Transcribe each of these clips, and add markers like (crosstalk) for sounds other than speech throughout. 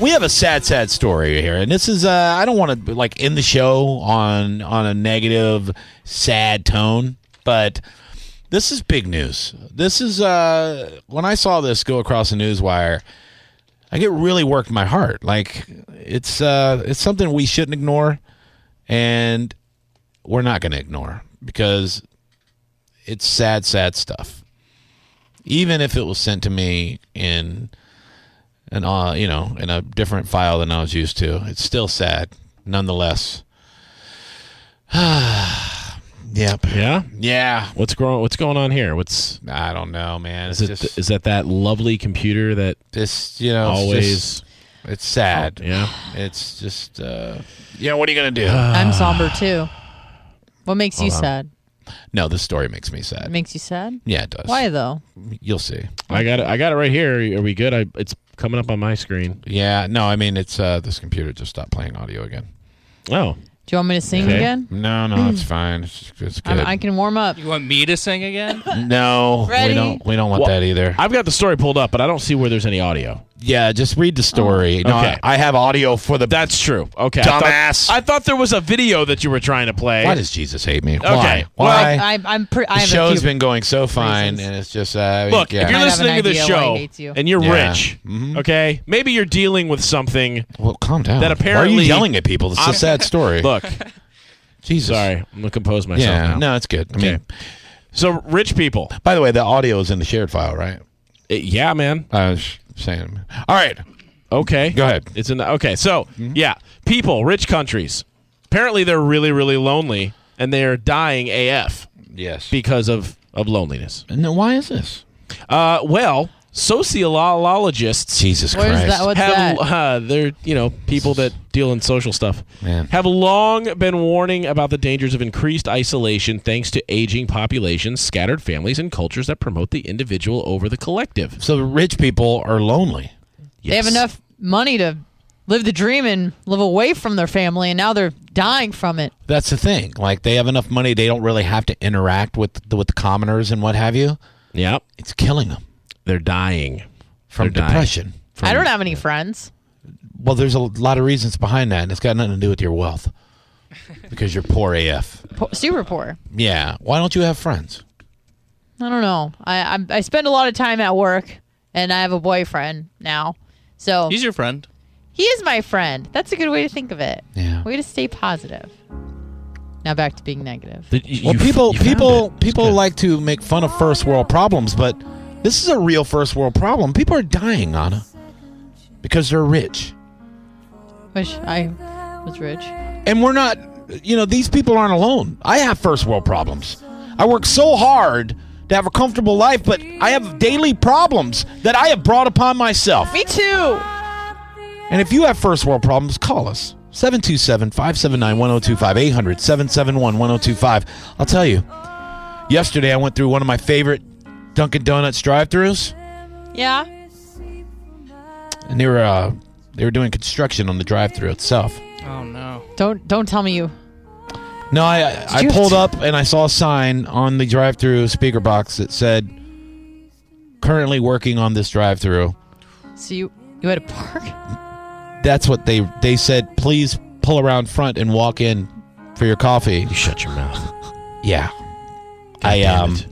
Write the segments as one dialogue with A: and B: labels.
A: we have a sad, sad story here, and this is uh, I don't want to like end the show on on a negative, sad tone, but this is big news. This is uh, when I saw this go across the news wire, I get really worked my heart. Like it's uh, it's something we shouldn't ignore, and we're not going to ignore because it's sad, sad stuff. Even if it was sent to me in and uh, you know, in a different file than I was used to. It's still sad, nonetheless. (sighs) yep.
B: Yeah.
A: Yeah.
B: What's growing? What's going on here? What's
A: I don't know, man. It's
B: is it?
A: just,
B: is that that lovely computer that
A: just you know, it's
B: always?
A: just- it's sad.
B: yeah.
A: It's just, uh, you know, what are you gonna do?
B: (sighs)
C: I'm somber too. What makes you sad?
A: no, this story makes me
C: It
A: sad.
C: makes you sad?
A: Yeah, it does.
C: Why though?
A: You'll see.
B: I got it. I got it right here. Are we good? I, it's coming up on my screen.
A: Yeah. No, I mean, it's uh, this computer just stopped playing audio again.
B: Oh,
C: Do you want me to sing
B: Okay.
C: again?
A: No, no, it's fine. It's, it's good.
C: I'm, Hmm. I can warm up.
D: You want me to sing again?
A: no,
C: Ready?
A: we don't. We don't want
B: Well,
A: that either.
B: I've got the story pulled up, but I don't see where there's any audio.
A: Yeah, just read the story. No,
B: Okay.
A: I, I have audio for the.
B: That's true. Okay,
A: Dumbass.
B: I thought, I thought there was a video that you were trying to play.
A: Why does Jesus hate me?
B: Okay.
A: Why?
B: Well,
A: Why?
C: I, I, I'm pre- I
A: the
C: have
A: show's
C: a few,
A: been going so fine,
C: reasons.
A: and it's just uh,
B: Look,
A: yeah.
B: if you're
C: I have
B: listening
C: an
B: to this
C: idea why he
B: show
C: hates you.
B: and you're
A: Yeah.
B: rich,
A: Mhm.
B: okay, maybe you're dealing with (laughs) something.
A: well, calm down.
B: That
A: Why are
B: apparently-
A: you yelling at people? This is a sad story.
B: (laughs) Look,
A: Jesus.
B: sorry, I'm gonna compose myself
A: Yeah.
B: now.
A: No, it's good. I
B: Okay.
A: mean,
B: So rich people,
A: by the way, the audio is in the shared file, right?
B: Uh, yeah, man.
A: I was saying. All right.
B: Okay,
A: Go ahead.
B: It's in the okay. So
A: Mm-hmm.
B: yeah, people, rich countries. Apparently, they're really, really lonely, and they're dying AF
A: Yes.
B: because of of loneliness.
A: And then why is this?
B: Uh, well, sociologists
A: Jesus
C: Where's
A: Christ.
C: that? What's
B: have
C: that?
B: uh, they're you know people that deal in social stuff
A: Man.
B: have long been warning about the dangers of increased isolation thanks to aging populations, scattered families, and cultures that promote the individual over the collective.
A: so the rich people are lonely.
C: They have
B: Yes.
C: enough money to live the dream and live away from their family, and now they're dying from it.
A: That's the thing. Like they have enough money, they don't really have to interact with the, with the commoners and what have you.
B: Yep,
A: It's killing them
B: they're dying
A: from
B: They're dying.
A: depression.
C: I don't have any friends.
A: Well, there's a lot of reasons behind that, and it's got nothing to do with your wealth because you're poor AF.
C: Po- super poor.
A: Yeah. Why don't you have friends?
C: I don't know. I, I I spend a lot of time at work, and I have a boyfriend now. So
D: He's your friend.
C: he is my friend. That's a good way to think of it.
A: Yeah.
C: Way to stay positive. Now back to being negative.
B: Th- you-
A: Well,
B: you f-
A: people
B: you found
A: people
B: it. It's
A: people
B: good.
A: like to make fun of first world problems, but this is a real first world problem. People are dying, Anna, because they're rich,
C: Wish I was rich.
A: and we're not. You know, these people aren't alone. I have first world problems. I work so hard to have a comfortable life, but I have daily problems that I have brought upon myself.
C: Me too.
A: And if you have first world problems, call us 727 579 1025 800 771 1025. I'll tell you, yesterday I went through one of my favorite Dunkin' Donuts drive throughs,
C: Yeah.
A: and they were, uh, they were doing construction on the drive through itself.
D: Oh no.
C: Don't don't tell me you.
A: No, I,
C: you
A: I
C: have
A: pulled
C: to-
A: up and I saw a sign on the drive through speaker box that said, currently working on this drive through.
C: So you you had a park.
A: That's what they, they said, please pull around front and walk in for your coffee.
B: You shut your mouth.
A: Yeah. I
B: damn
A: um
B: it.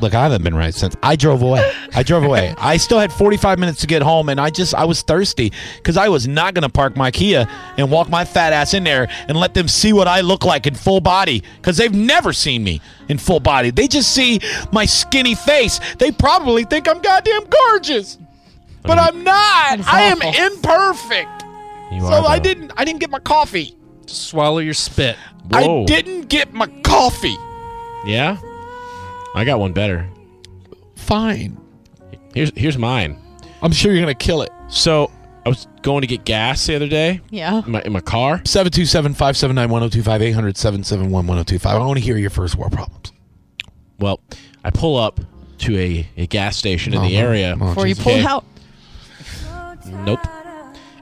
A: look, I haven't been right since I drove away. I drove
B: (laughs)
A: away. I still had 45 minutes to get home and I just I was thirsty cuz I was not going to park my Kia and walk my fat ass in there and let them see what I look like in full body cuz they've never seen me in full body. They just see my skinny face. They probably think I'm goddamn gorgeous. But I'm not.
C: That's
A: I am
C: awful.
A: imperfect.
B: You
A: So
B: are,
A: I
B: though.
A: didn't I didn't get my coffee.
D: Just swallow your spit.
B: Whoa.
A: I didn't get my coffee.
B: Yeah, I got one better.
A: Fine.
B: Here's here's mine.
A: I'm sure you're going to kill it.
B: So I was going to get gas the other day
C: Yeah.
B: in my, in my car.
A: 727 579 1025 800 771 1025. I want to hear your first world problems.
B: Well, I pull up to a, a gas station in the
A: Uh-huh.
B: area.
A: Uh-huh.
C: Before you
B: Jesus.
C: pulled
B: Okay.
C: out.
B: Nope.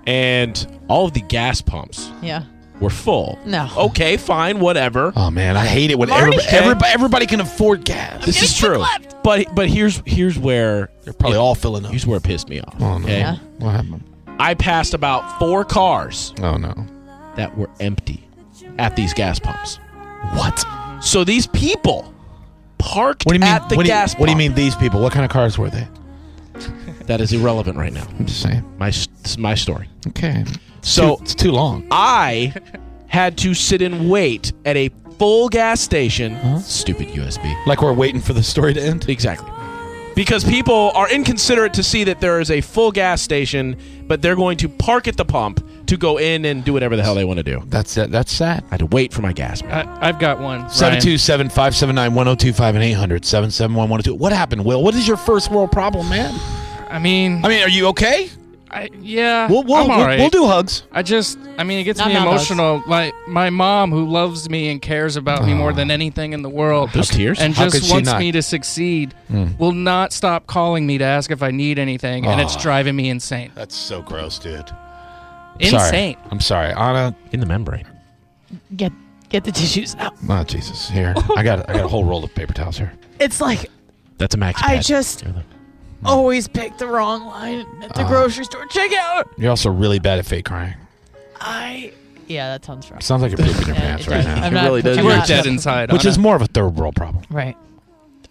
B: And all of the gas pumps
C: Yeah.
B: were full.
C: No.
B: Okay, fine, whatever.
A: Oh, man. I hate it when
B: Marty?
A: everybody, everybody, everybody can afford gas.
B: this is true. But but here's here's where
A: They're probably all filling up.
B: here's where it pissed me off.
A: Oh, no.
B: okay?
C: Yeah.
A: What happened?
B: I passed about four cars
A: Oh no.
B: that were empty at these gas pumps. What? So these people parked
A: What do you mean?
B: at the
A: what, do you,
B: gas pump.
A: what do you mean these people? What kind of cars were they?
B: That is irrelevant right now.
A: I'm just saying.
B: My s- my story.
A: Okay.
B: So-
A: So it's too long.
B: I had to sit and wait at a full gas station. Stupid USB.
A: Like we're waiting for the story to end.
B: Exactly. Because people are inconsiderate to see that there is a full gas station, but they're going to park at the pump to go in and do whatever the hell they want to do.
A: That's that. That's sad.
B: I had to wait for my gas.
A: Uh,
B: man.
D: I, I've got one.
A: Seven
D: Ryan.
A: two seven five seven nine one zero two five and eight hundred seven seven one one zero two. What happened, Will? What is your first world problem, man?
D: I mean,
A: I mean, are you okay?
D: I, yeah.
A: We'll we'll,
D: I'm all
A: we'll,
D: right.
A: we'll do hugs.
D: I just, I mean, it gets
C: Not
D: me
C: now, guys.
D: emotional. Like my mom, who loves me and cares about me more than anything in the world,
B: Those tears?
D: and
A: Oh. How could
D: just
A: she
D: wants
A: not? Hmm.
D: me to succeed, will not stop calling me to ask if I need anything, and it's driving me insane.
A: That's so gross, dude.
D: Insane.
A: I'm sorry, Anna.
B: In the membrane.
C: Get get the tissues out.
A: Oh, Jesus,
C: (laughs)
A: here I got I got a whole roll of paper towels here.
C: It's like
B: That's a max.
C: I
B: pad.
C: just always pick the wrong line at the grocery store checkout.
A: You're also really bad at fake crying.
C: I yeah, that sounds wrong.
A: Sounds like you're pooping your pants
C: it
A: right
C: does.
A: now,
C: I'm not,
B: really does.
C: I'm
B: You
D: We're
C: not-
D: dead inside.
A: which
D: Anna.
A: is more of a third world problem.
C: Right.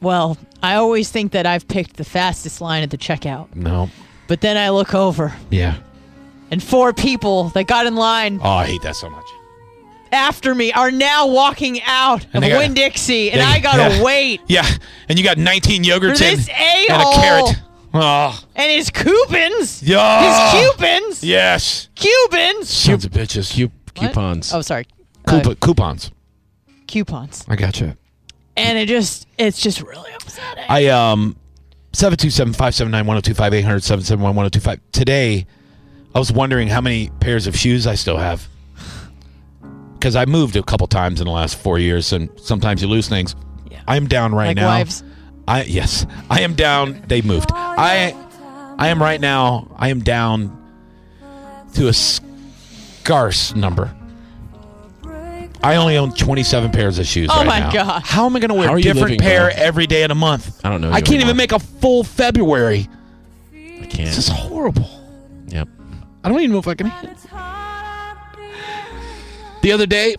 C: Well, I always think that I've picked the fastest line at the checkout,
A: No,
C: but then I look over
A: yeah.
C: and four people that got in line
A: Oh, I hate that so much.
C: after me are now walking out
A: And
C: of
A: they gotta-
C: Winn Dixie, and
A: they-
C: I gotta
A: (laughs) yeah.
C: wait.
A: Yeah, and you got 19 yogurts
C: For
A: in-
C: this
A: and a
C: a-hole.
A: carrot. Oh,
C: And his coupons,
A: yeah.
C: his Cubans,
A: Yes.
C: Cubans.
A: Sons of bitches.
B: Cu-
C: What?
B: coupons.
C: Oh, sorry, Uh,
A: Coupa- coupons.
C: coupons.
A: I gotcha.
C: And it just, it's just really upsetting.
A: I um seven two seven five seven nine one zero two five eight hundred seven seven one one zero two five. Today, I was wondering how many pairs of shoes I still have because I moved a couple times in the last four years, and sometimes you lose things.
C: Yeah.
A: I'm down right
C: Like
A: now.
C: wives.
A: I yes, I am down. They moved. I I am right now. I am down to a scarce number. I only own 27 pairs of shoes.
C: Oh
A: right
C: my
A: now.
C: God.
A: How am I going to
B: How
A: wear
B: are
A: a
B: you
A: different
B: living,
A: pair
B: girl?
A: every day in a month?
B: I don't know
A: I
B: you
A: can't
B: anymore.
A: even make a full February.
B: I
A: This
B: can't.
A: is horrible.
B: Yep.
A: I don't even know if I can. handle it. The other day,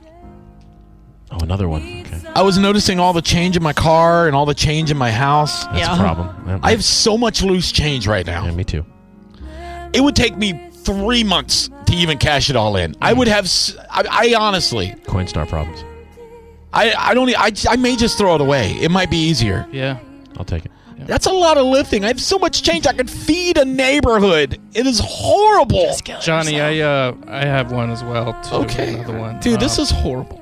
B: Oh, another one. Okay. That's
A: I was noticing all the change in my car and all the change in my house.
C: Yeah.
B: a problem. Yep.
A: I have so much loose change right now.
B: Yeah, me too.
A: it would take me three months to even cash it all in. I would have. s- I, I honestly,
B: Coinstar problems.
A: I, I don't. e- I, I may just throw it away. It might be easier.
D: yeah.
B: I'll take it.
A: That's a lot of lifting. I have so much change. I could feed a neighborhood. It is horrible.
C: Just kill
D: Johnny,
C: yourself.
D: I uh, I have one as well. Too.
A: okay,
D: another one,
A: dude. this
D: Um,
A: is horrible.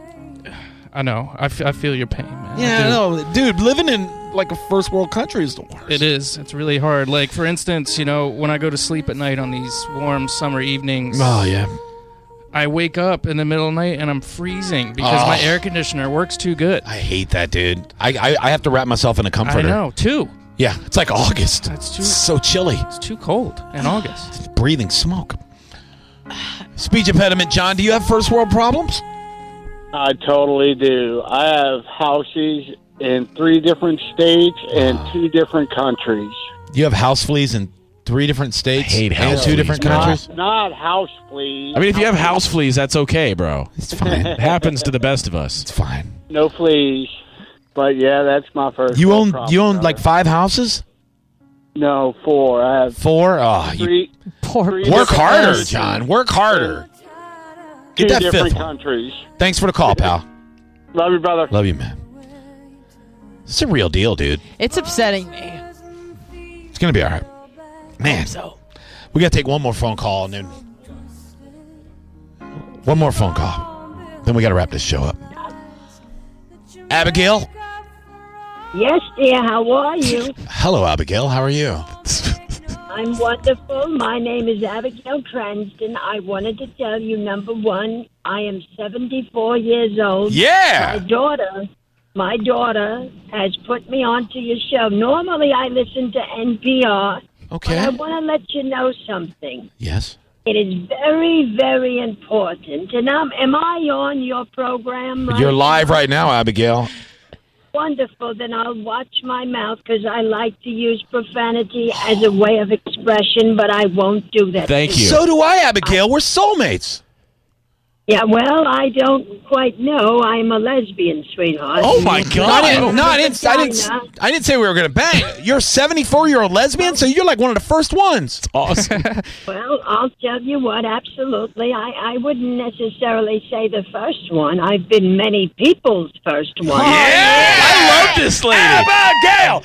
D: I know. I, f- I feel your pain, man. I
A: Yeah,
D: do.
A: I know, dude. Living in like a first world country is the worst.
D: It is. It's really hard. Like for instance, you know, when I go to sleep at night on these warm summer evenings,
A: Oh yeah.
D: I wake up in the middle of the night and I'm freezing because my
A: Oh.
D: air conditioner works too good.
A: I hate that, dude. I, I, I have to wrap myself in a comforter.
D: I know too.
A: Yeah, it's like August.
D: That's too-
A: It's so chilly.
D: It's too cold in August.
A: breathing smoke. Speech impediment, John. Do you have first world problems?
E: I totally do. I have houses in three different states and two different countries.
A: You have house fleas in three different states
B: I hate
A: and
B: house
A: two
B: fleas,
A: different
B: man.
A: countries.
E: Not house, please.
B: I mean, if you have house fleas, that's okay, bro.
A: It's
B: (laughs)
A: fine.
B: It happens to the best of us.
A: It's fine.
E: no, please. But yeah, that's my first.
A: You
E: world
A: own
E: problem,
A: you own
E: brother.
A: like five houses?
E: no four. I have
A: Four? Oh, you
E: three,
C: Poor
E: three
A: work
E: different
A: harder,
E: countries,
A: John. Work harder.
E: Two
A: Get that
E: different
A: fifth one.
E: countries.
A: Thanks for the call, pal.
E: Love you, brother.
A: Love you, man. It's a real deal, dude.
C: It's upsetting me.
A: It's gonna be all right. Man,
C: So
A: we gotta take one more phone call and then one more phone call. Then we gotta wrap this show up. Abigail,
F: Yes, dear. How are you?
A: Hello, Abigail. How are you? (laughs)
F: I'm wonderful. My name is Abigail Cranston. I wanted to tell you, number one, I am 74 years old. My
A: Yeah.
F: daughter, my daughter has put me onto your show. Normally, I listen to NPR. But
A: Okay.
F: I want to let you know something.
A: Yes.
F: It is very, very important. And I'm, am I on your program? Right
A: You're live
F: now?
A: right now, Abigail.
F: wonderful, then I'll watch my mouth because I like to use profanity as a way of expression, but I won't do that.
B: Thank you.
A: So do I, Abigail. We're soulmates.
F: Yeah, well, I don't quite know. I'm a lesbian, sweetheart.
A: Oh my god! I didn't, no, I didn't, I
F: Vagina.
A: didn't, I didn't say we were gonna bang. You're a 74 year old lesbian, so you're like one of the first ones.
B: Awesome.
F: Well, I'll tell you what, absolutely. I, I wouldn't necessarily say the first one. I've been many people's first one.
B: I love this lady.
A: Abigail,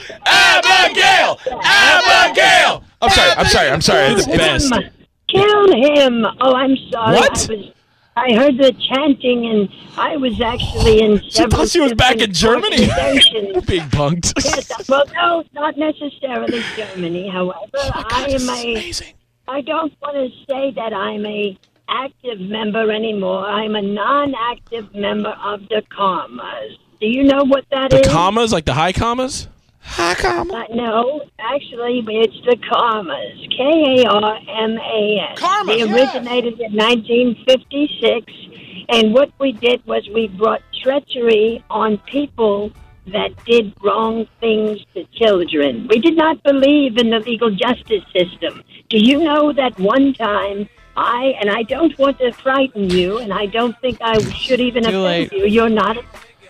A: Abigail, Abigail. I'm sorry. I'm sorry. I'm sorry.
B: You're the
A: It's-
B: best.
F: him. Kill him. Oh, I'm sorry.
A: What?
F: I, was, I heard the chanting, and I was actually in. She
A: thought she was back in Germany.
B: (laughs) Big punked.
F: yes, (laughs) well, no, not necessarily Germany. However,
B: Oh
F: I am a. I don't want to say that I'm a active member anymore. I'm a non-active member of the commas. Do you know what that
B: The
F: is?
B: commas, like the high commas.
F: Uh, no, actually, it's the Karmas. K A R M A S.
A: Karmas,
F: They
A: yes.
F: originated in 1956, and what we did was we brought treachery on people that did wrong things to children. We did not believe in the legal justice system. Do you know that one time? I and I don't want to frighten you, and I don't think I should even
D: Too
F: offend
D: late.
F: you. You're not, a,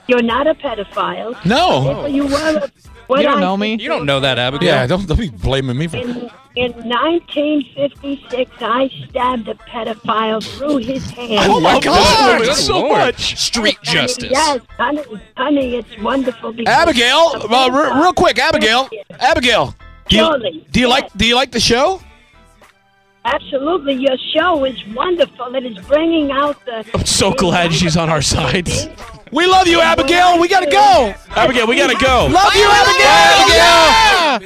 F: you're not a pedophile.
A: No.
F: Well, you were. a- what
D: don't
F: I
D: know me?
F: think
D: You don't know that, Abigail.
A: Yeah. Don't, don't be blaming me for.
F: in, in 1956, I stabbed a pedophile through his hand.
A: Oh my
B: Oh,
A: god!
B: that's so much.
A: Street
F: Honey, Yes, honey, honey, it's wonderful. Because
A: Abigail, uh, re- real quick, Abigail, Abigail. Do you,
F: Surely,
A: do you
F: yes.
A: like do you like the show?
F: Absolutely, your show is wonderful. It is bringing out the.
B: I'm so glad she's on our side.
A: We love you, Abigail. We gotta go.
B: Abigail, we gotta go.
A: Love you, Abigail. Abigail.